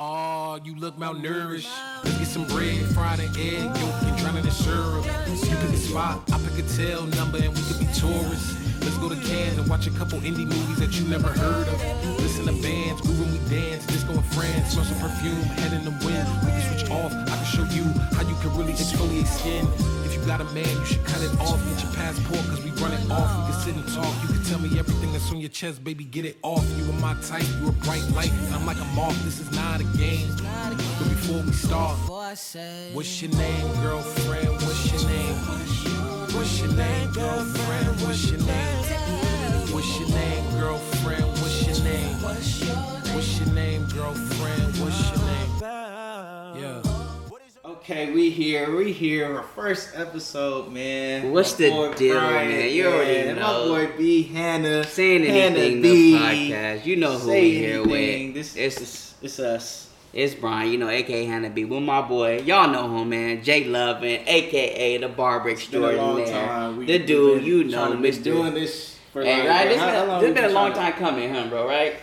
Oh, look malnourished. Let's get some bread, fried an egg, yolk, and drown it in syrup. You pick a spot, I pick a tail number, and we could be tourists. Let's go to Cannes and watch a couple indie movies that you never heard of. Listen to bands, groove when we dance, disco in France, smell some perfume, head in the wind. We can switch off, I can show you how you can really exfoliate skin. If you got a man, you should cut it off. Get your passport, cause we run it off. We can sit and talk. You can tell me everything that's on your chest, baby. Get it off. You are my type, you a bright light. And I'm like a moth, this is not a game. But before we start, what's your name, girlfriend? What's your name? What's your name, girlfriend? What's your name? What's your name, girlfriend? What's your name? What's your name, girlfriend? What's your name? Yeah. Okay, we here. We here. Our first episode, man. What's My the boy deal, man? You already man. know. My boy B. Hannah. Saying anything, Hannah no B. podcast. You know who Say we here anything. with. This It's- it's it's us. It's Brian, you know, aka Hannah B. With my boy, y'all know him, man. Jay Lovin, aka the barber Been a long extraordinaire. time. We- we The dude, been you trying know, to be Mr. doing this for Hey, like, right? This how- how been, long this we been a long trying to- time coming, huh, bro? Right?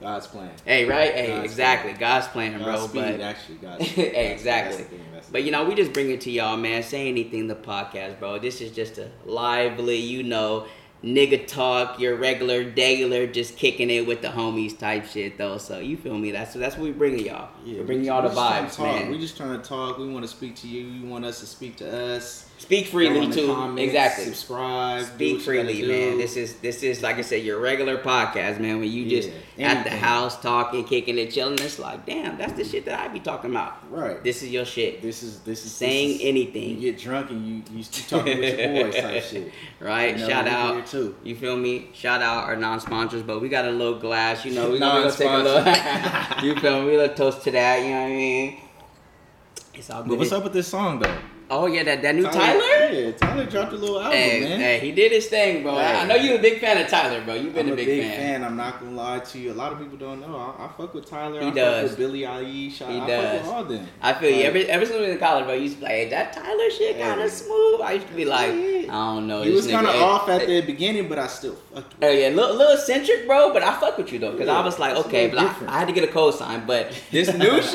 God's plan. Hey, right? Hey, Godspeed. exactly. God's plan, bro. Godspeed, but actually, God's Hey, exactly. That's the thing, that's the But you know, we just bring it to y'all, man. Say anything, the podcast, bro. This is just a lively, you know, nigga talk, your regular daily, just kicking it with the homies type shit, though. So you feel me? That's that's what we bringing y'all. Yeah, we we bringing just- we y'all the just trying to vibes, talk. man. We just trying to talk. We want to speak to you. You want us to speak to us. Speak Go in freely the too. comments, exactly. Subscribe. do what Speak you gotta freely, do. man. This is this is like I said, your regular podcast, man. When you just Yeah, at the anything. house talking, kicking it, chilling, it's like, damn, that's the shit that I be talking about. right. This is your shit. This is this is Saying this is- anything. You get drunk and you you you talking with your boys type shit. Right? You know, Shout we out. here too. You feel me? Shout out our non-sponsors, but we got a little glass. You know, we gonna take a Non-sponsor. little. you feel me? We gonna toast to that. You know what I mean? It's all good. But what's up with this song though? Oh yeah, that, that new Tyler. Yeah, Tyler dropped a little album, Hey, man. hey, he did his thing, bro. I- I Hey. know you a big fan of Tyler, bro. You've been I'm a big, fan. I'm not gonna lie to you. A lot of people don't know. I, I fuck with Tyler. He I does. fuck with Billy Eilish. I, He I fuck does. with all them. I feel you. Like- Ever, ever since we was in college, bro, you used to be like, hey, that Tyler shit kind Hey. of smooth. I used to be like, I Yeah. don't know. He Oh, this was kind of nigga- off at the beginning, but I still fucked with. him. Oh yeah, little, little eccentric, bro. But I fuck with you though, because I Yeah, was like, it's a okay, but little I, different. I had to get a cosign. But this new shit,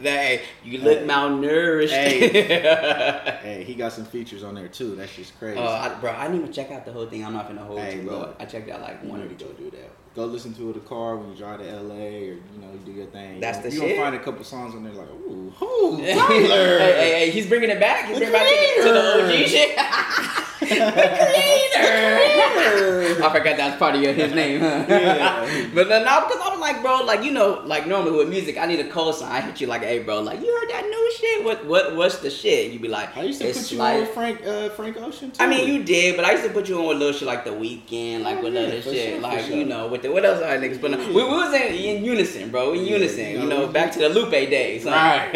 that hey, you look Hey. malnourished. Hey. Hey, he got some features on there too. That's just crazy. Oh, I, bro, I didn't even check out the whole thing. I'm not gonna hold Hey, you, bro. look. I checked out like You one need or to two. go do that. Go listen to it in the car when you drive to LA or you know you do your thing. That's the you shit. gonna find a couple songs on there like ooh, ooh hey, Tyler. hey, hey, he's bringing it back. He's The bringing it back to, to the OG creator. shit. the creator. I forgot that's part of your, his name. Huh? Yeah. but then now, because I was like, bro, like you know, like normally with music, I need a cosign. I hit you like, hey, bro, like you heard that new shit? What, what, what's the shit? You be like, I used to it's put you like. on with Frank uh, Frank Ocean too. I mean, you did, but I used to put you on with little shit like the weekend, like Oh, with yeah, other for shit, sure, for like sure. you know, with the what else are niggas? But we, we was in, in unison, bro, in Yeah, unison. you know, You know, we- back to the Lupe days, huh? Right.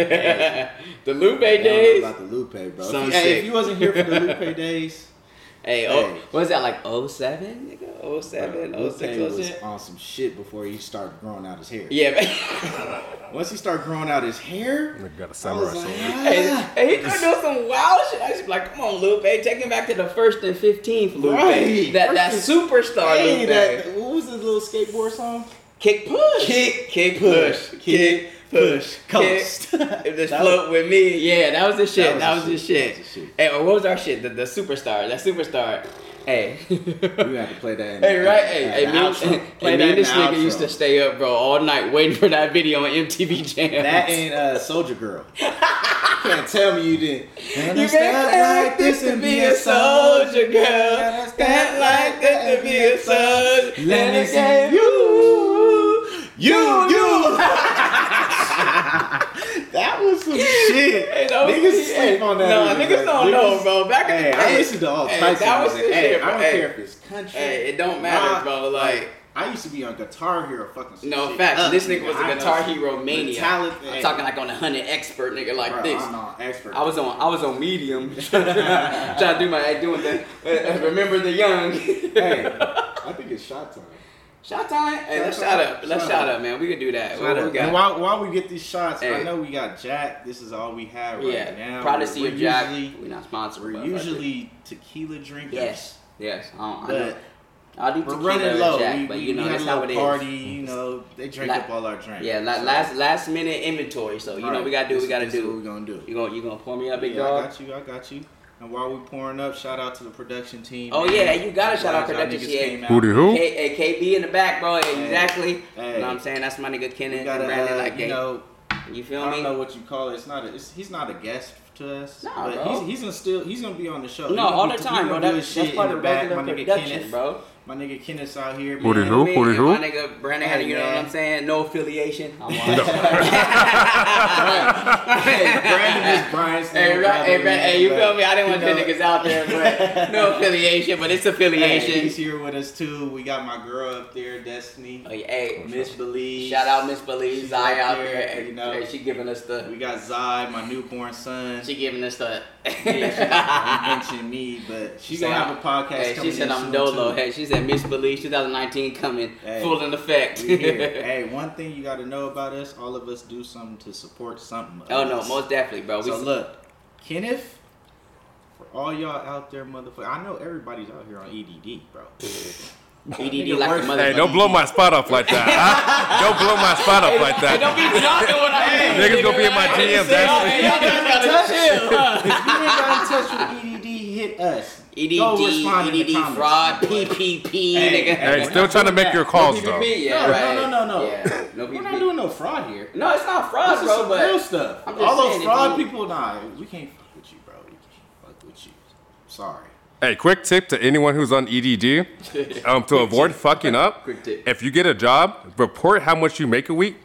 the Lupe I don't know days. about the Lupe, bro. Some If you- hey, shit. if you wasn't here for the Lupe days, Hey, Oh, Hey. what was that like? 07, nigga, 07, bro, Lupe 06, was 07? on some shit before he started growing out his hair. Yeah, man. Once he started growing out his hair, Nigga got a I was samurai like, sword. hey, ah, hey, he tried doing some wild shit. I just be like, come on, Lupe, take him back to the first and fifteenth Lupe, Right. that that First superstar hey, Lupe. that, what was his little skateboard song? Kick push. Kick kick push. Kick push. Coast. If this That float with me, yeah, that was the shit. That was the the shit. That was the shit. Hey, or what was our shit? The, the superstar. That superstar. Hey. You had to play that. In Hey, right? in- Hey, in hey, the me, outro. hey, And me then and this the nigga outro. used to stay up, bro, all night waiting for that video on MTV Jam. That ain't uh, Soldier Girl. you can't tell me you didn't. And You I stand can like this to be a soldier, girl. And I Stand like this to be a soldier. Let And me it gave see you. You, you. that was some shit. Hey, that was- niggas sleep hey, on that. Nah, music, niggas don't know, bro. Back in Hey, the I hey, listen to all hey, types that of was music. the Hey, shit, I don't bro. care if it's country. Hey, it don't matter, rock, bro, like- I used to be on Guitar Hero fucking. No, shit facts. up, this nigga was I a know guitar some hero mania. Metallica- I'm hey, talking like on a hundred expert nigga like bro, this. I'm not an expert. I was on I was on medium trying to do my doing the uh, remember the young. hey, I think it's shot time. Shot time. Hey, let's Shout shout out. up. Let's Shout shout out. up, man. We could do that. What we And got? while, while we get these shots, I Hey. know we got Jack. This is all we have right Yeah, now. Prodigy We're of Jack. Usually, We're not sponsored. we're but- usually tequila drinkers. yes, yes. I don't, I know. But I do We're tequila running or low. Jack, we, but we, you know we had that's a how little it is. party. You know, they drank La- up all our drinks. Yeah, la- So, last last minute inventory. So you know alright, we gotta do what we this- gotta this is What we do. gonna do? You gonna you gonna pour me up, big yeah, I dog? got you. I got you. And while we pouring up, shout out to the production team. Oh man. yeah, you gotta shout out Glad y'all production niggas shit. came out. Who the who? K- hey, KB in the back, bro. Exactly. hey. You know what I'm saying? That's my nigga We Kenan got and Brandon. Like, a, you they- know, I you feel don't me? know what you call it. It's not. A, it's, he's not a guest to us. Nah, but bro. He's, he's gonna still. He's gonna be on the show. He No, gonna all be- the he time, bro. gonna That, do his that's shit in part the of back. regular My nigga production, Kenneth. bro. My nigga Kenneth's out here. Who the man. who? Me Who the and who? My nigga Brandon, Hey, you know what man. I'm saying? No affiliation. I'm No. on. Hey, Brandon is Brian's Hey, name, right, hey, brother, right, hey, you but, feel me? I didn't want you the know, niggas out there, but no affiliation, but it's Hey, affiliation. he's here with us too. We got my girl up there, Destiny. Oh, yeah, hey, Miss Belize. shout out Miss Belize, She's I up out there, there, you you know. she giving us the, We got Zai, my newborn son. she giving us the. yeah, she mentioned me, but she's So, gonna have a podcast. Hey, she coming said in I'm soon, Dolo. too. Hey, she said Miss Belize 2019 coming Hey, full in effect. We here. hey, one thing you got to know about us: all of us do something to support something. of oh no, us. most definitely, bro. We So look, Kenneth, for all y'all out there, motherfucker, I know everybody's out here on EDD, bro. EDD like a Hey, Hey, motherfucker. don't blow my spot off like that. I- don't blow my spot off like Hey, don't that. be dropping what I Hey, do, niggas gonna be in my right? DMs Hey, y'all- hey, y'all asking- niggas gotta chill, huh? if you ain't got in touch with EDD, hit us. E Go respond in EDD, the EDD, comments. E fraud, PPP, Hey, nigga. hey, Hey, still trying to make your calls though. PPP, yeah, No, right. no, no, no, no. Yeah, no We're PPP. not doing no fraud here. no, it's not fraud, This is bro, some real but stuff. I'm just All saying, those if fraud you- people, nah, we can't fuck with you, bro. We can't fuck with you. Sorry. Hey, quick tip to anyone who's on EDD, um, to avoid fucking up. Quick tip. If you get a job, report how much you make a week,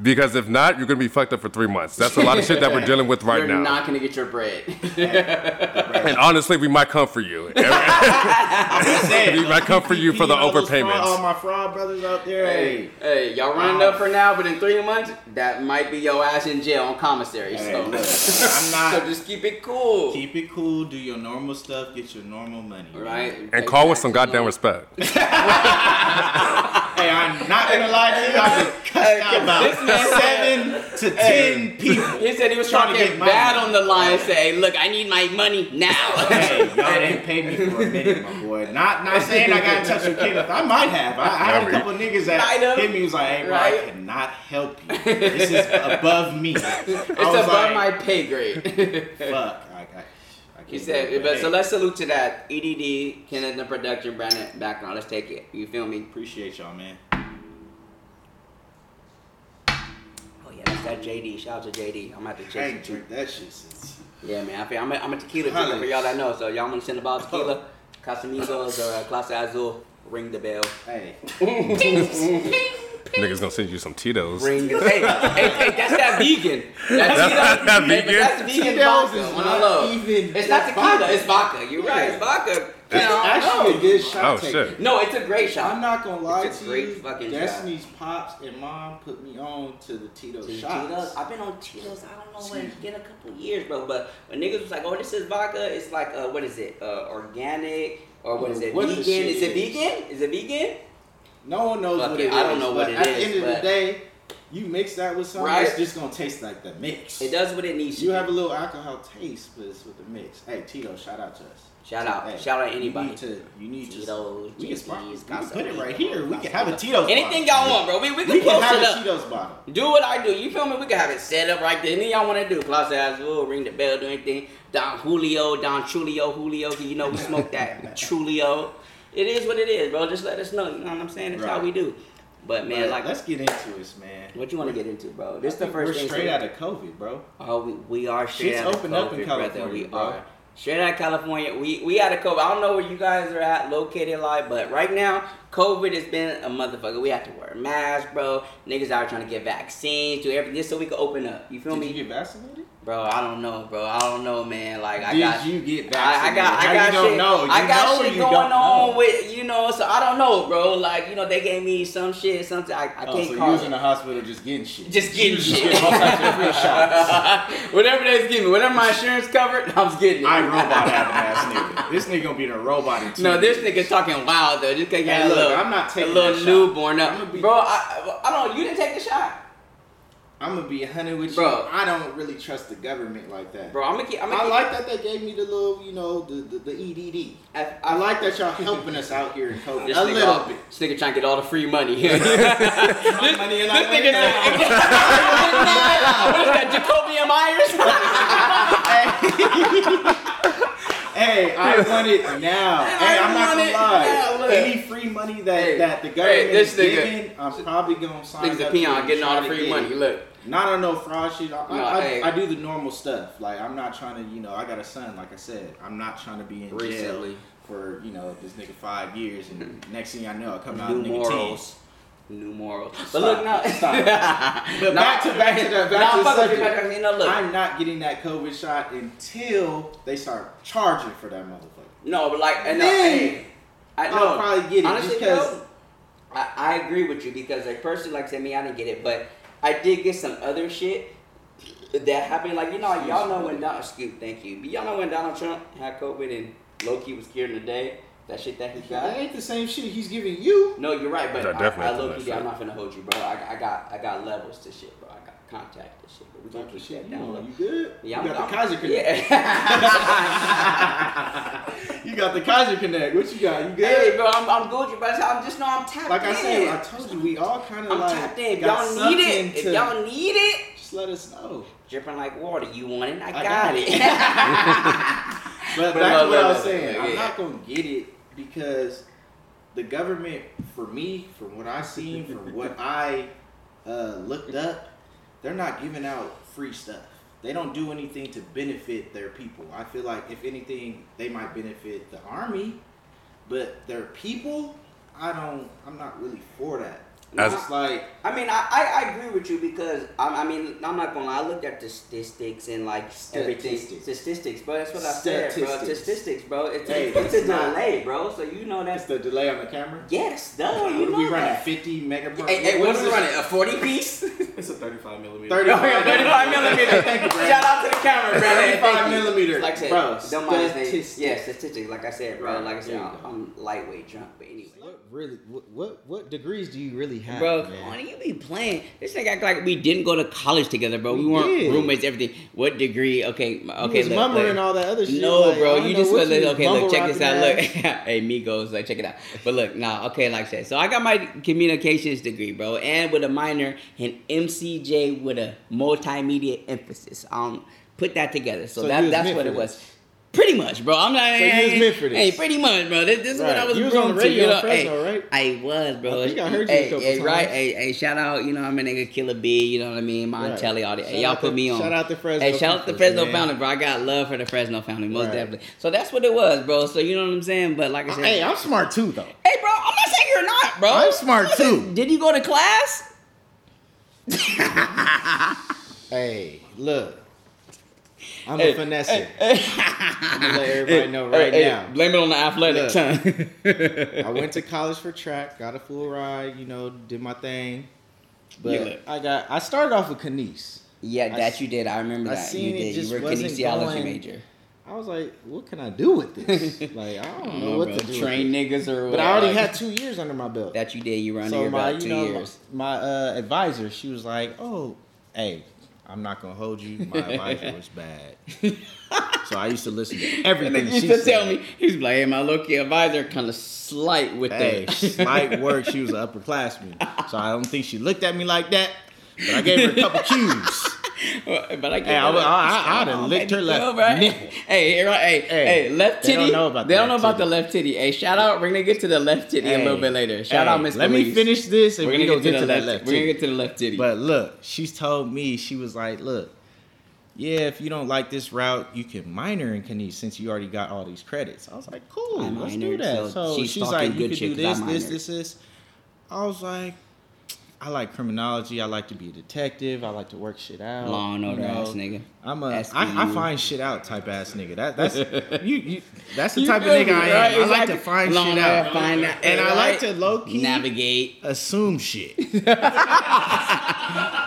because if not, you're gonna be fucked up for three months. That's a lot of shit that we're dealing with right you're now. not gonna get your bread. and honestly, we might come for you. Hey, we might come for you for the all those fraud- All overpayments. my fraud brothers out there. hey, Hey, hey, y'all running up for now, but in three months, that might be your ass in jail on commissary. hey, so. look, I'm so not. just keep it cool. Keep it cool. Do your normal stuff. Get your normal money. right? And call with some goddamn respect. Hey, I'm not gonna lie to you. I've been cussed out This man about said- seven to ten people. He said he was trying to get my bad money. on the line and say, look, I need my money now. Hey, y'all didn't pay me for a minute, my boy. Not not saying I got in touch with Kenneth. I might have. I, I had a couple of niggas Might have. that hit me was like, hey, bro, I Right. cannot help you. This is above me. It's it's above my pay grade. fuck. I, I, I can't He do it, said, but so hey, let's salute to that EDD, Kenneth, the production, Brandon, background. Let's take it. You feel me? appreciate y'all, man. Oh yeah, that's that JD. Shout out to JD. I'm about to I check ain't drink that shit since. Yeah, man. I feel, I'm, a, I'm a tequila drinker for y'all that know. So y'all want to send about tequila, Casamigos, or uh, Clase Azul. Ring the bell. Hey, Niggas gonna send you some Tito's. Ring the bell. hey, hey, hey, that's that vegan. That's That's not that vegan. That's vegan Tito's vodka. is on the not low. even- It's not that's tequila. vodka. It's vodka. You're right. It's vodka. it's actually a good shot. Oh taker. shit. No, it's a great I'm shot. not gonna lie It's a to great you. fucking shot. Destiny's pops and mom put me on to the Tito Dude, shots. Cheetos. I've been on Cheetos. I don't know when. Excuse Get a couple years, bro. But when niggas was like, "Oh, this is vodka." It's like, uh, what is it? Uh, organic or what is it? What the vegan? shit Is it is. vegan? Is it vegan? No one knows Fuck what it, it is. I don't know what but it at is, the end of but- the day, you mix that with something, Right. it's just gonna taste like the mix. It does what it needs. You to. have a little alcohol taste, but it's with the mix. Hey, Tito, shout out to us. Shout out. Hey, Shout out You anybody. need to. You need Tito, to. We can, JD's, sponsor, we can Casa put it right Rica, here. We Casa can have a Rica. Tito's. Anything bottle. y'all want, bro. We, we can We can post have it a up. Tito's bottle. Do what I do. You feel me? We can have it set up right there. Anything y'all want to do. Class Azul, ring the bell, do anything. Don Julio, Don Chulio, Julio. 'cause You know we smoke that Chulio. It is what it is, bro. Just let us know. You know what I'm saying? That's how Right. we do. But man, But like, let's get into this, man. what you want to get into, bro? This I the think 1st We're thing. so- straight out of COVID, bro. Oh, we, we are straight Shit's out of open COVID, up in brother. We California, bro. are straight out of California. We we out of COVID. I don't know where you guys are at, located like, but right now, COVID has been a motherfucker. We have to wear masks, bro. Niggas out here trying to get vaccines, do everything just so we can open up. You feel Did me, you get vaccinated? bro? I don't know, bro. I don't know, man. Like, I Did got. you get I, vaccinated? I got, I How got you don't shit, know? I You got know shit you going don't on know. with you know, so I don't know, bro. Like you know, they gave me some shit, something I, I Oh, can't so you call. was it. in the hospital just getting shit. Just getting Just shit. getting all types of free shots. whatever they give me, whatever my insurance covered, I was getting it. I robot having ass nigga. This nigga gonna be in a robot in two no, this years. nigga talking wild though. Just cause you Hey, had a look, little, I'm not taking a little that shot. newborn up, I'ma be- bro. I, I don't. You didn't take the shot. I'm gonna be hundred with you. Bro. I don't really trust the government like that. Bro, I'm gonna keep. I'm gonna I keep- like that they gave me the little, you know, the the, the EDD. I, I like that y'all helping us out here in COVID This a nigga- little bit. This nigga trying to get all the free money. this this money and I want nigga it now. said- What is that, Jacobian Myers? Hey, I want it now. Hey, I'm not gonna want it lie. now, look. Any free money that, Hey, that the hey, government this is nigga- giving, I'm probably gonna sign Nigga's a up to peon it getting all the and try to free get money. it. Look. Not on no fraud shit. I, No, I, hey. I, I do the normal stuff. Like I'm not trying to, you know, I got a son. Like I said, I'm not trying to be in Recently. Mm-hmm. jail for you know this nigga five years, and next thing I know, I come out New nigga morals. ten. New morals. But Stop. look now. Stop. but But back to back to the back Nah, to the fuck with you, subject. back to- you know, look. I'm not getting that COVID shot until they start charging for that motherfucker. No, but like, and uh, Man. Oh, hey, I I'll know. probably get it Honestly, just 'cause- though, I, I agree with you because, like, personally, like, to me, I didn't get it, but I did get some other shit that happened. Like, you know, y'all know when Donald, excuse, thank you, but y'all know when Donald Trump had COVID and Loki was cured in a day. That shit that he That got. ain't the same shit he's giving you. No, you're right, but That I, definitely I is the low key, next I'm not finna hold you, bro. I, I got, I got levels to shit, bro. I got contact to shit, but we gonna Like, keep shit, you, that down. know, low. you good? Yeah, you I'm- got the I'm- Kaiser Connect. Yeah. you got the Kaiser Connect. What you got? You good? Hey, bro, I'm, I'm Gucci, but I'm just know I'm tapped like in. I said, I told you, we all kind of I'm like tapped in. If got y'all need something it, if to- y'all need it, just let us know. dripping like water. You want it? I, got, got it. it. But But back no, to what no, I no, was saying. no, I'm yeah. not gonna get it because the government, for me, from what I seen, from what I uh, looked up, they're not giving out free stuff. They don't do anything to benefit their people. I feel like if anything, they might benefit the army, but their people, I don't. I'm not really for that. As- it's like I mean, I, I, I agree with you because I, I mean I'm not gonna lie. I looked at the statistics and like everything Statistics. statistics, bro. That's what I said, bro. Statistics. Statistics, bro. It's, Hey, it's a it's not- delay, bro. So you know it's that's the delay on the camera. yes, duh. What you are know we running? that. Fifty megabytes. Hey, hey, What what is are we this? running? A forty piece? It's a 35 millimeter. 35 35 millimeter. Thank you, Brad. Shout out to the camera, bro. Hey, thank 35 you. millimeter. Like I said, Bro, don't mind his statistics. name. Yeah, statistics. Like I said, bro. Right, Like I said, there you I'm, go. I'm lightweight drunk, but anyway. What really? What what, what degrees do you really have, Bro, come man? on, you be playing. This nigga act like we didn't go to college together, bro. We, We weren't did. roommates, everything. What degree? Okay, m- You okay. was look, mumbling look. all that other shit. No, like, I bro, don't you know just what was like, you okay, look, mumble check this out. rocking Look, at. hey, Migos, like, check it out. But look, nah, okay, like I said, so I got my communications degree, bro, and with a minor in MCJ with a multimedia emphasis. Um, put that together. So So, you that, was that's meant what for it this. was. Pretty much, bro. I'm like, So you was meant for this. hey, pretty much, bro. This, this is what Right. I was You was groomed on the to, radio you know? in Hey, Fresno, right? I was, bro. I think I heard you a hey, couple hey, Right, times. hey, hey, shout out, you know, I'm a nigga Killer B, you know what I mean? Montelli, all that. Shout Hey, y'all out to- put me on. shout out to Fresno Hey, shout out to people, Fresno man. Founders bro. I got love for the Fresno family, most Right. definitely. So that's what it was, bro. So you know what I'm saying? But like I said, Hey, I'm smart too, though. Hey, bro, I'm not saying you're not, bro. I'm smart, Listen, too. Did you go to class? Hey, look, I'm Hey, a finesser. I'm gonna let Hey, everybody know right hey, hey, now. blame it on the athletic Look. time. I went to college for track, got a full ride, you know, did my thing. You But look. I got I started off with Kines. yeah, I that s- you did. I remember I that. seen you it did. just you were wasn't kinesiology going- major. I was like, what can I do with this? Like, I don't, I don't know, know, what bro. to do. with Train niggas or it. what? But I already like, had two years under my belt. That you did. You were under so your my, belt you two know, years. my uh, advisor, she was like, "Oh, hey, I'm not gonna hold you. My advisor was bad." so I used to listen to And everything then he she used to said. tell me, he was like, hey, my low key advisor kind of slight with Hey, that. slight work. She was an upperclassman, so I don't think she looked at me like that. But I gave her a couple cues. but I can't. Hey, I would- I- I- I'd have licked her left nipple. Hey, here I- hey, hey, Hey, left they titty. don't know about they the don't know left about the titty. left titty. Hey, shout out. We're gonna get to the left titty a little Hey, bit later. Shout out, hey, Miss. Let Louise. me finish this, and We're we're gonna gonna, get to the that left. left. We're gonna titty. get to the left titty. But look, she's told me she was like, look, yeah, if you don't like this route, you can minor in Kines since you already got all these credits. I was like, cool, I let's minored, do that. so So, she's she's, talking like, you good could shit do 'cause this, I this, minored. this, this. I was like, I like criminology. I like to be a detective. I like to work shit out. Law and you order know. ass nigga. I'm a I, I SVU. find shit out type ass nigga. That that's you, you that's the You type of feel nigga me, I right? am. I like to Exactly. find Law shit and out. order, find out, and I right? like to low key Navigate assume shit.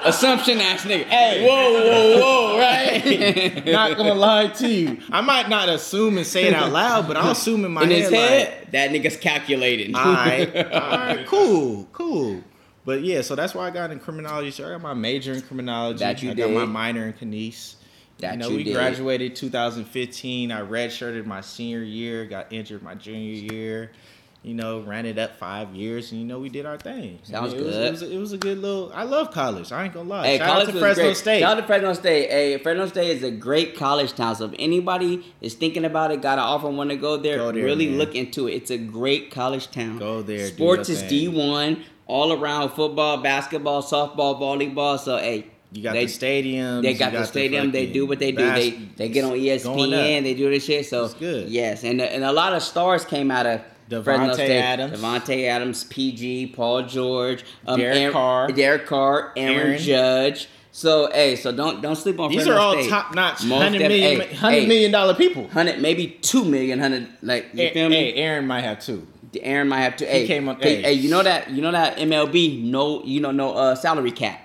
assumption ass nigga. Hey, whoa, whoa, whoa, right? not gonna lie to you. I might not assume and say it out loud, but I'll assume in my In his head. head, that nigga's calculating. Like, all right, all right, cool, cool. But yeah, so that's why I got in criminology. So I got my major in criminology. That you I got my did. minor in kines. That you know, you we did. graduated 2015. I redshirted my senior year, got injured my junior year. You know, ran it up five years, and you know we did our thing. Sounds And it was- good. it, was, a- it was a good little. I love college. I ain't gonna lie. Hey, Shout college out to was Fresno great. State. Shout out to Fresno State. Hey, Fresno State is a great college town. So if anybody is thinking about it, got an offer, want to go there, Go there, really man. look into it. It's a great college town. Go there, do Sports your is thing. D one, all around football, basketball, softball, volleyball. So hey, you got they, the stadiums. They you got, the stadium. They fucking do what they do. bas- they they get on E going ESPN. up. They do this shit. So It's good. Yes, and and a lot of stars came out of. Fresno Davante State. Adams. Devontae Adams, PG, Paul George, um, Derek Aaron- Carr. Derek Carr, Aaron, Aaron. Judge. So hey, so don't don't sleep on These Fresno are all State. top notch, Most hundred def- million, hey, hundred hey, million dollar people. hundred maybe two million hundred like you Hey, feel me? hey, Aaron might have two. Aaron might have to. Hey, came on- hey, hey. hey, you know that you know that MLB no you know no uh, salary cap.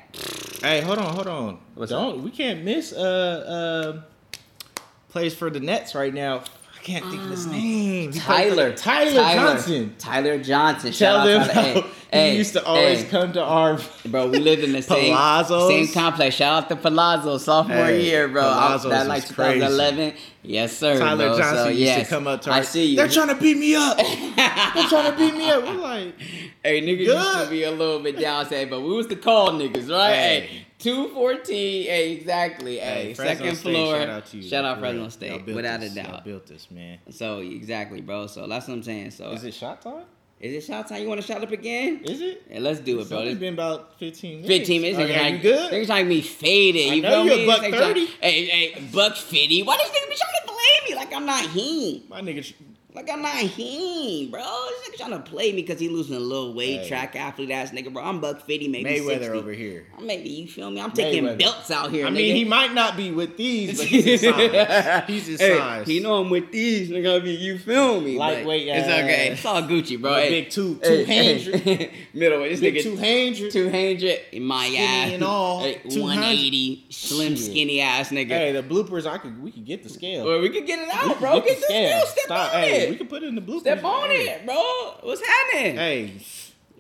Hey, hold on, hold on. Don't we can't miss uh uh plays for the Nets right now. I can't think of his name. He played for- Tyler, Mm. Tyler, Johnson. Tyler Johnson. Shout Tell out them Tyler. Hey, how hey, he used to always hey. come to our. Bro, we lived in the same Palazzos. same complex. Shout out to Palazzo, sophomore Hey, year, bro. I, Palazzos that like is crazy. 2011. Yes, sir. Tyler bro. Johnson so, used yes. to come up to our. I see you. They're trying to beat me up. They're trying to beat me up. We're like, Hey, niggas used Good. to be a little bit down sad, but we was the call niggas, right? Hey, Hey. 214. Hey, exactly. Hey, Hey, Fresno second State, floor. Shout out to you. Shout out for Fresno real. Y'all State, built without this. a Y'all doubt. built this, man. So exactly, bro. So that's what I'm saying. So Is it shot time? is it shout time? You want to shout up again? Is it? Hey, let's do it, It's bro. only Let's- been about 15 minutes. 15 minutes. Okay, niggas you like, good? Niggas like me faded. I You know feel you a me? buck Niggas like, 30. hey, hey, buck 50. Why these niggas be trying to play me like I'm not him? My nigga, Like I'm not him, bro. This nigga trying to play me because he losing a little weight. Hey. Track athlete ass nigga, bro. I'm buck 50, maybe Mayweather 60. over here. Maybe you feel me? I'm taking Mayweather. belts out here. I nigga. mean, he might not be with these, but he's his size. He's his Hey, size. He know I'm with these, nigga. I mean, you feel me? but Lightweight It's okay. ass. It's all Gucci, bro. With Hey, big two- hey, 200. hey, middleweight. This Big nigga 200. 200 in my Skinny ass. and all, Hey, 200. 180 slim Shit. skinny ass nigga. Hey, the bloopers, I could we could get the scale. Well, we could get it We out, could bro. the Get this deal. Step Stop. on hey, it. we could put it in the bloopers. Step on Hey. it, bro. What's happening? Hey,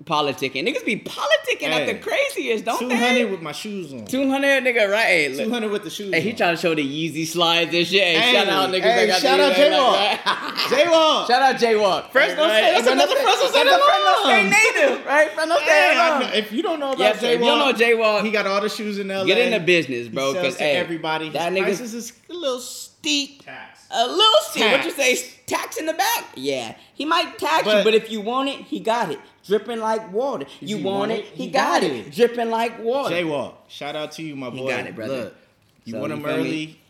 Politicking. Niggas be politicking at Hey. the craziest, don't 200 they? with my shoes on. 200 nigga, right? Hey, look. 200 with the shoes Hey, he on. trying to show the Yeezy slides and shit. Hey, Hey, shout out niggas. hey, that got shout the- out right? J-Walk. Shout out J Walk. Fresno State. That's another Fresno State alum. native, right? Fresno State Hey, I know- alum. if you don't know about Yes, sir. If J-Walk, you don't know J Walk, he got all the shoes in LA. get in the business, He bro. sells Because to everybody. His that nigga's prices is a little steep. Tax. A little shit. Uh, What Tax. you say? Tax in the back? Yeah. He might tax you, But- but if you want it, he got it. Dripping like water. You he want want it, it, he he got got it. it. Dripping like water. J Walk, shout out to you, my He boy. got it, brother. Look, you So, want you him feel me? early,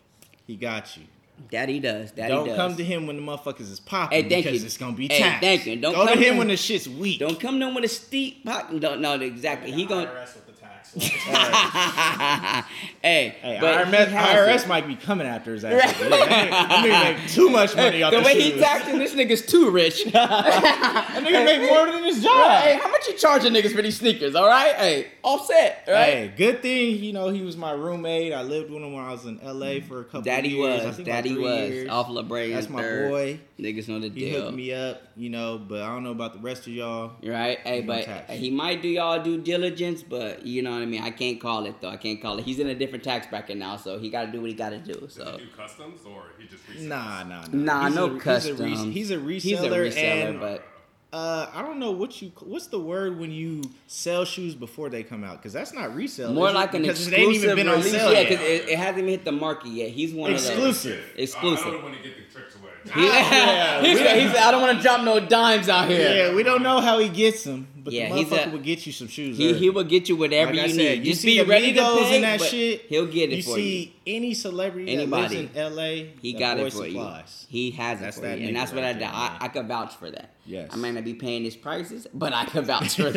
he got you. Daddy does. Daddy don't does. come to him when the motherfuckers is Hey, popping thank because you. it's gonna be Hey, taxed. thank you. Don't Go come to him to- when the shit's weak. Don't come to him with a steep pocket. No, no, exactly. He gonna. IRS with the tax. Like, hey, Hey, IRS, but he has IRS it. might be coming after his ass. Right. Right. nigga make too much money off The this way he shit. taxing this nigga's too rich. That nigga make more than his job. hey, how much you charging niggas for these sneakers? All right, hey, offset, right? Hey, good thing you know he was my roommate. I lived with him when I was in LA for a couple. Mm. Daddy years. I was, think about daddy three was years. off LeBray. That's my third. boy. Niggas know the He deal. hooked me up, you know, but I don't know about the rest of y'all. Right, hey, He but on tax. he might do y'all due diligence, but you know what I mean. I can't call it though. I can't call it. He's in a different tax bracket now, so he got to do what he got to do. So Did he do customs or he just resells? Nah, nah, nah. Uh, nah, He's no a, he's a custom. res- He's a, reseller. He's a reseller, and, but uh, I don't know what you what's the word when you sell shoes before they come out because that's not resale. more is it? like an because exclusive it ain't even been on release. sale yeah, yet. because it, it hasn't even hit the market yet. He's one of Exclusive. Oh, Exclusive. I, I don't want to get the tricks away. those. Yeah, Yeah, he's, we- he said, I don't want to drop no dimes out here. Yeah, we don't know how he gets them, but Yeah, the he's motherfucker a- will get you some shoes. He, early. he will get you whatever Like I you said, need. you Just see be the ready to Migos pay. and that but shit, he'll get it you for see you. any celebrity Anybody. that lives in LA, He that got boy it for supplies. you. He has it That's for that you, and nigga that's what right I, there, I man. I could vouch for that. Yes. I might not be paying his prices, but I could vouch for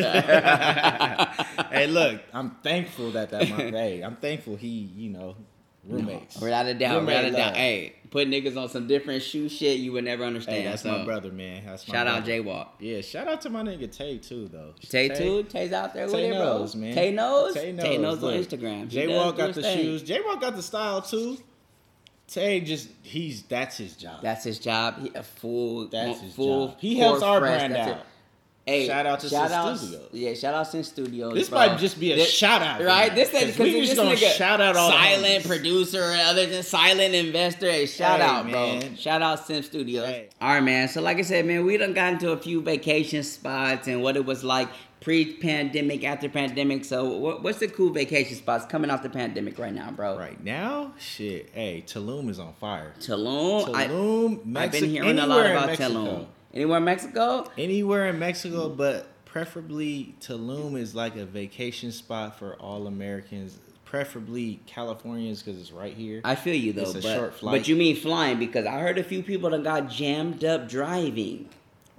that. hey, look, I'm thankful that that my hey, I'm thankful he, you know, roommates. Without a doubt, Roommate without a doubt. love. Hey, put niggas on some different shoe shit you would never Hey, understand. that's so, my brother, man. That's my Shout out brother. J Walk. Yeah, shout out to my nigga Tay too, though. Tay too. Tay's out there with Tay it, bro. knows, man. Tay knows. Tay Tay knows, knows, on look. Instagram. He J does Wall do got his the thing. shoes. J Wall got the style too. Tay just he's that's his job. That's his job. He a full, That's his full. job. He core helps our press. brand That's out. it. Hey, Shout out to Sin outs- Studios. Yeah, shout out Sin Studios. This bro. might just be a This- shout out, right? This is we just because gonna this nigga shout out all the silent homies. producer, other than silent investor. Hey, shout Hey, out, bro. man. Shout out Sim Studios. Hey. All right, man. So like I said, man, we done got into a few vacation spots and what it was like pre-pandemic, after pandemic. So what, what's the cool vacation spots coming off the pandemic right now, bro? Right now, shit. Hey, Tulum is on fire. Tulum. Oh, I, Tulum, Mexico. I've been hearing a lot about Tulum. Mexico. Anywhere in Mexico? Anywhere in Mexico, but preferably Tulum is like a vacation spot for all Americans. Preferably Californians because it's right here. I feel you though, It's a but short flight. but you mean flying because I heard a few people that got jammed up driving.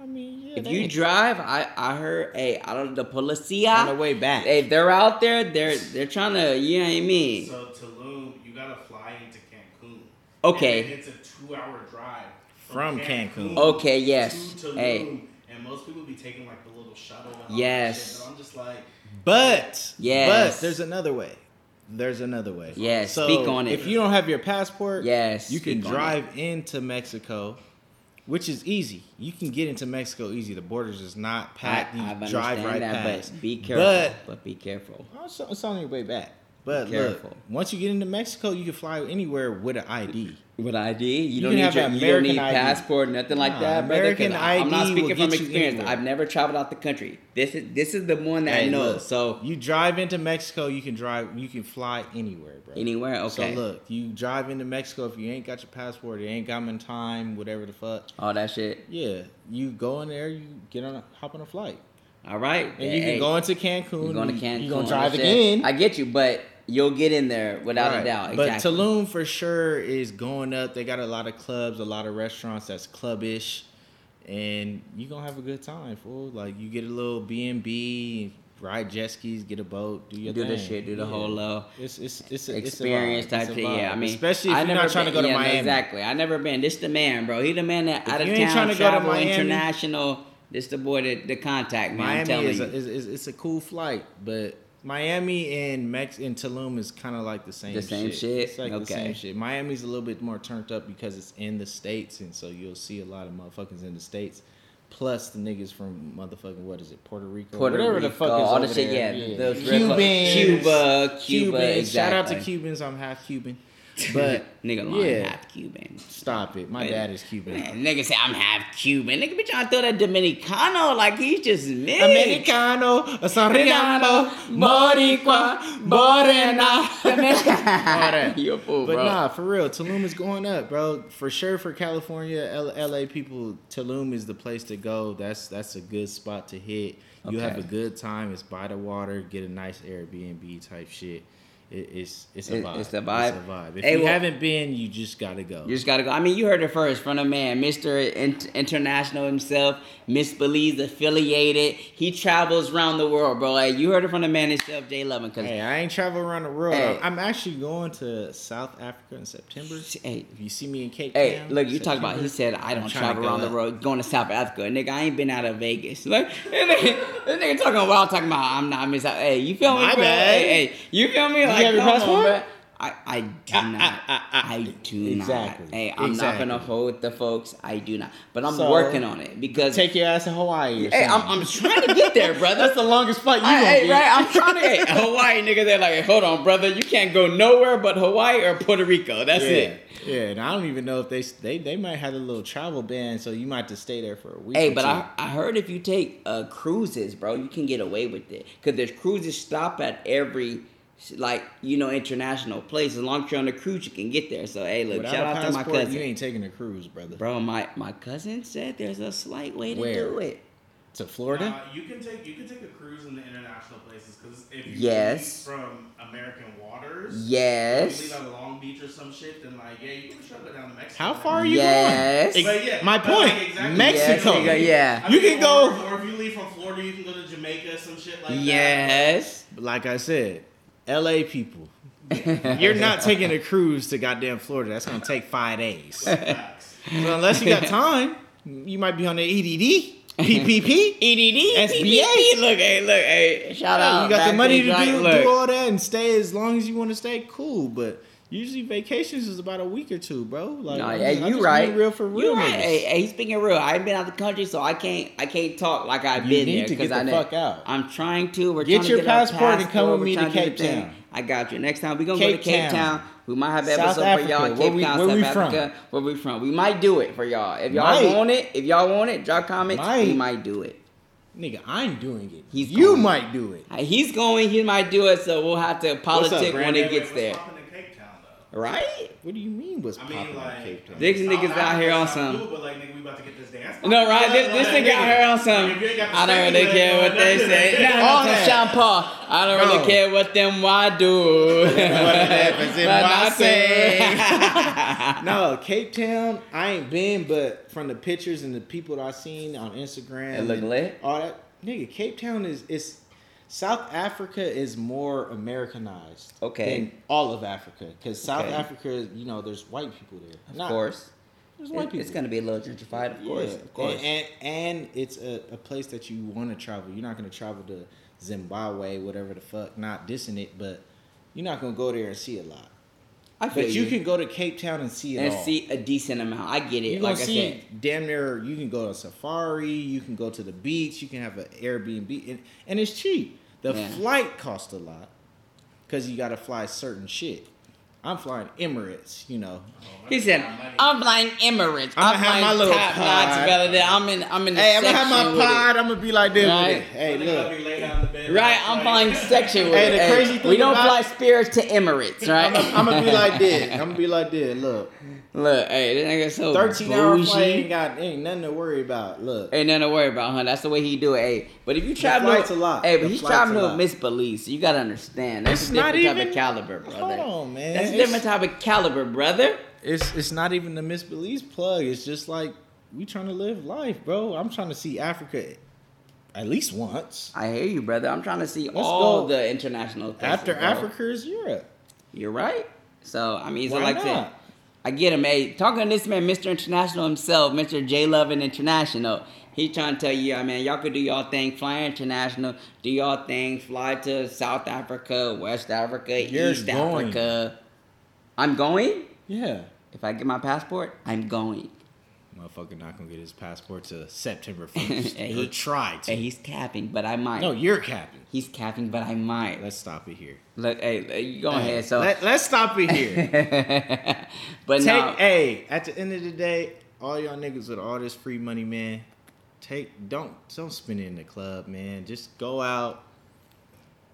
I mean, yeah. If they you ain't- drive, I I heard, hey, I don't the policia. on the way back, Hey, if they're out there, they're they're trying to, you know what I mean? So Tulum, you gotta fly into Cancun. Okay. And then it's a two-hour drive From Cancun. Okay, yes. To Tulum, Hey. and most people be taking like the little shuttle. And all that Yes. shit, but I'm just like, but Yes. but there's another way. There's another way. Yes, So speak on it. If you don't have your passport, Yes, you can speak on drive into Mexico, which is easy. You can get into Mexico easy. The borders is not packed. you understand drive right past. but be careful. But But, be careful. Also, it's on your way back. But Be look, careful. once you get into Mexico, you can fly anywhere with an ID. With ID, you, You don't can need have your, an you don't need American ID. passport, nothing like Nah, that. brother, 'cause American I- I'm not ID will speaking get from you experience. anywhere. I've never traveled out the country. This is this is the one that I Hey, know. look, so you drive into Mexico, you can drive, you can fly anywhere, bro. anywhere, okay. So look, you drive into Mexico if you ain't got your passport, you ain't got in time, whatever the fuck. all that shit. Yeah, you go in there, you get on, a, hop on a flight, All right. and you can go into Cancun. You're going to Cancun. You gonna I drive said- again? I get you, but you'll get in there without Right. a doubt. But exactly. Tulum for sure is going up. They got a lot of clubs, a lot of restaurants that's clubbish, and you gonna have a good time, fool. Like you get a little B and B, ride jet skis, get a boat, do your Do thing. the shit, do the whole low. It's it's it's a, experience it's a vibe. type It's a shit. Yeah, vibe. I mean, especially if I you're never not trying to go been- to yeah, Miami. Exactly, I never been. This the man, bro. He the man that out of you ain't town tryna go to travel Miami- international. This the boy that the contact man. I'm Miami telling is, you. a, is, is it's a cool flight, but Miami and Mex and Tulum is kind of like the same. The same shit. shit? It's like the Okay. same shit. Miami's a little bit more turned up because it's in the states, and so you'll see a lot of motherfuckers in the states. Plus the niggas from motherfucking what is it Puerto Rico, Puerto whatever the fuck Rico, is all over the shit, there. yeah, those red Cubans, fuck- Cuba, Cuba, Cubans. Shout out to exactly. Cubans. I'm half Cuban, but nigga, lying, yeah, half Cuban. stop it. My But- dad is Cuban. Man, nigga say I'm half Cuban. Nigga be trying to throw that Dominicano like he's just me. Americano, Sonriano, Boricua, Borena. All that. You a fool, but bro. nah, for real, Tulum is going up, bro. For sure, for California, L- LA people, Tulum is the place to go. That's that's a good spot to hit. You have a Okay. good time. It's by the water. Get a nice Airbnb type shit. It, it's it's a It- vibe. it's the vibe. It's a vibe. If Hey, you well- haven't been, you just gotta go. You just gotta go. I mean, you heard it first from the man, Mister International himself, Miss Belize affiliated. He travels around the world, bro. Like you heard it from the man himself, Jay Lovin. Cause Hey, I ain't travel around the world. Hey. I'm actually going to South Africa in September. hey, If you see me in Cape Hey, Town, look, you talk about. He said September, I I'm don't trying to travel go around the up. road, going to South Africa, nigga. I ain't been out of Vegas. Like that nigga, that nigga talking wild, talking about I'm not. I'm just, hey, you feel me? My bro? bad. Hey, hey, you feel me? like, have your come on, passport? Ah, bro. I, I do not. I do Exactly. not. Hey, I'm Exactly. not gonna hold the folks. I do not. But I'm So, working on it because. Take your ass to Hawaii. Or Hey, I'm, something. I'm trying to get there, brother. That's the longest flight you I, gonna hey, get. right? I'm trying to. Hey, Hawaii nigga, they're like, hold on, brother, you can't go nowhere but Hawaii or Puerto Rico. That's Yeah, it. yeah, and I don't even know if they they they might have a little travel ban, so you might have to stay there for a week. Hey, or but two. I, I heard if you take uh, cruises, bro, you can get away with it because there's cruises stop at every like you know international place. As long as you're on the cruise, you can get there. So hey, look, without shout a out to my passport, cousin, you ain't taking a cruise, brother. bro. My my cousin said there's a slight way to Where? do it. To Florida, Uh, you can take you can take a cruise in the international places because if you Yes. leave from American waters, if Yes, you leave on Long Beach or some shit, then like yeah, you can struggle down to Mexico. how far are you yes. going? But yeah, my but point, like exactly- Mexico. Yes, nigga, yeah. I You mean, can go- or, or if you leave from Florida, you can go to Jamaica, some shit like that. Yes. Like I said, L.A. people, you're not taking a cruise to goddamn Florida. That's gonna take five days. Facts. So unless you got time, you might be on the E EDD, PPP. EDD, SBA. PPP. Look, hey, look, hey. Shout out. you got Oh, back the money the to joint. do, Look. do all that and stay as long as you want to stay. Cool, but Usually vacations is about a week or two, bro. Like, No, I yeah, just- I you just be right. Real for real, you right. niggas. Hey, hey, he's speaking real. I ain't been out the country, so I can't. I can't talk like I've You been need there to because get I the know- fuck out. I'm trying to. We're Get trying your to get our passport and come passport. with We're me to trying do the Cape thing. Town. I got you. Next time we gonna go Cape to Cape Town. Town. We might have an South episode for y'all. Africa. Cape Where we- Town, where South we from? Africa. Where we from? We might do it for y'all. If y'all Might. want it, if y'all want it, drop comments. We Might. might do it. Nigga, I'm doing it. He's you going. might do it. He's going. He might do it. So we'll have to politic when Brandon? it gets there, Popping in Cape Town though. right? What do you mean? What's I popping mean, in like Cape Town? These South niggas out Africa here on some- sound cool, But like, nigga, we about to get this dance. No, right? This, this Like, nigga out here on some. if you ain't got the I don't really singing, care like, what they nothing, say. like, No, no, all some that. Sean Paul. I don't really Bro. care what them why do. What happens in my say. No, Cape Town, I ain't been, but from the pictures and the people that I seen on Instagram, It look and lit? All that, nigga. Cape Town is it's South Africa is more Americanized, Okay. than all of Africa because South Okay. Africa, you know, there's white people there. Of Not- course. there's white It- people. It's going to be a little gentrified, of course. Yeah, Of course. and and, and it's a, a place that you want to travel. You're not gonna travel to Zimbabwe, whatever the fuck. Not dissing it, but you're not gonna go there and see a lot. I feel But you can go to Cape Town and see it and all. see a decent amount. I get You it. gonna Like I see said. damn near. You can go to safari. You can go to the beach. You can have an Airbnb, and, and it's cheap. The Yeah. flight costs a lot because you got to fly certain shit. I'm flying Emirates, you know. He said, "I'm flying Emirates. I'ma I'm, have my flying little top notch, pod. brother. that I'm in. I'm in the Hey, I'm gonna section have my with it. pod. I'm gonna be like this. with Right. it. Hey, look. Right, I'm flying section with Hey, it. the crazy we thing don't about- fly Spirit to Emirates, right? I'm gonna, I'm gonna be like this. I'm gonna be like this. Look, Look, hey, that nigga so 13 hour flight ain't bougie. got ain't nothing to worry about. Look, Ain't nothing to worry about, huh? That's the way he do it, hey. But if you travel flight's a to, lot. hey, but The he's flight's traveling a to lot. Miss Belize, so you gotta understand. That's It's a not different type of even- caliber, brother. Hold on, man. That's a It's- different type of caliber, brother. it's it's not even the Miss Belize plug. It's just like we trying to live life, bro. I'm trying to see Africa at least once. I hear you, brother. I'm trying to see Let's all go. the international places, After bro. Africa is Europe. You're right. So I mean, so Why like I said, not? I get him. Hey, talking to this man, Mr. International himself, Mr. J Lovin International. He trying to tell you, I mean, y'all could do y'all thing, fly international, do y'all thing, fly to South Africa, West Africa, You're East going. Africa. I'm going. Yeah. If I get my passport, I'm going. Motherfucker not gonna get his passport to September And he- try And he's capping, but I might. No, you're capping. he's capping, but I might. Let's stop it here. Look, hey, you go ahead. So, Let, us stop it here. but take now, hey, at the end of the day, all y'all niggas with all this free money, man. Take don't don't spend it in the club, man. Just go out,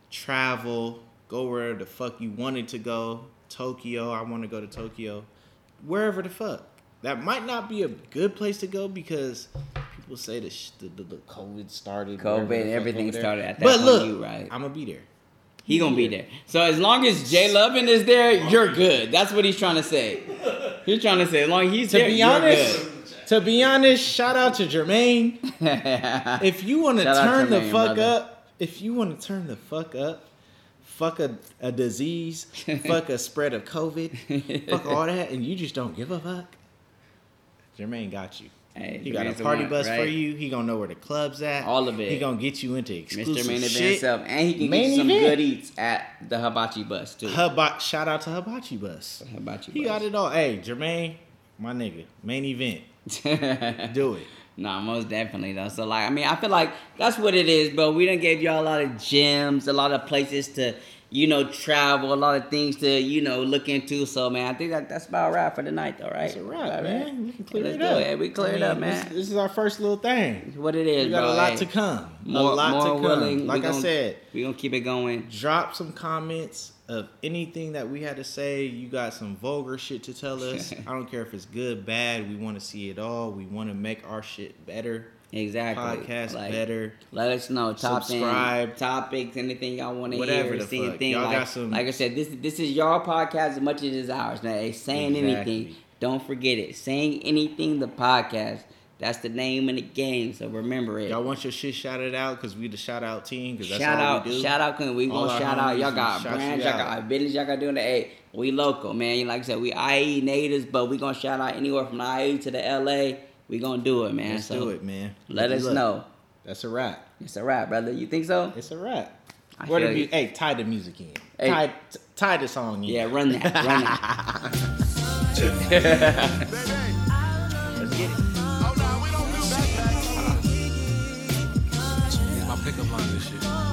travel, go where the fuck you wanted to go. Tokyo, I want to go to Tokyo. Wherever the fuck. That might not be a good place to go because people say the sh- the, the, the COVID started. wherever COVID, the fuck everything over there. started at that But point, look, you right. I'm gonna be there. He gonna be there. So as long as Jay Lovin is there, you're good. That's what he's trying to say. He's trying to say as long as he's To there, be you're honest, to be honest, shout out to Jermaine. good. If you want to Shout out turn the Jermaine, fuck brother. up, if you want to turn the fuck up, fuck a, a disease, fuck a spread of COVID, fuck all that, and you just don't give a fuck. Jermaine got you. Hey, he got a Jermaine's the party one, bus for right? you. He gonna know where the club's at. All of it. He gonna get you into exclusive Mr. Main Event shit. himself, and he can Main get you some event. good eats at the hibachi bus too. Hiba- shout out to Hibachi Bus. Hibachi He bus. got it all. Hey, Jermaine, my nigga, main event. Do it. Nah, most definitely though. So like, I mean, I feel like that's what it is, bro. We done gave y'all a lot of gems, a lot of places to, you know, travel, a lot of things to, you know, look into. So man, I think that, that's about a wrap for tonight, though, right? That's a wrap, About man. right? We can clear Let's it do up. Yeah, we clear I it up, mean, this- man. This is our first little thing. what it is, We got bro. a lot Hey, to come. More, a lot more to come. willing. Like we I gon- said, we gonna keep it going. drop some comments of anything that we had to say. You got some vulgar shit to tell us. I don't care if it's good, bad. We want to see it all. We want to make our shit better. Exactly. Podcast Like, better. Let us know. Top Subscribe. topics, anything y'all want to Whatever hear, the seeing fuck. things. Y'all like, got some- like I said, this this is your podcast as much as it's ours. Now, hey, saying anything, Exactly. don't forget it. Saying anything, the podcast. That's the name of the game. So remember it. Y'all want your shit shouted out because we the shout out team. Because that's shout all out, we do. shout out, Clint. We All gonna our shout out. homies, Y'all we got shout you brands, y'all out. got business, y'all got doing the Hey, we local, man. Like I said, we IE natives, but we gonna shout out anywhere from the IE to the LA. We gonna do it, man. Let's so do it, man. Let us Look, know. That's a wrap. It's a wrap, brother. You think so? It's a wrap. I Where the feel mu- you. hey, tie the music in. Hey. Tie, t- Tie the song in. Yeah, run that. Run that. It's my pickup line this shit.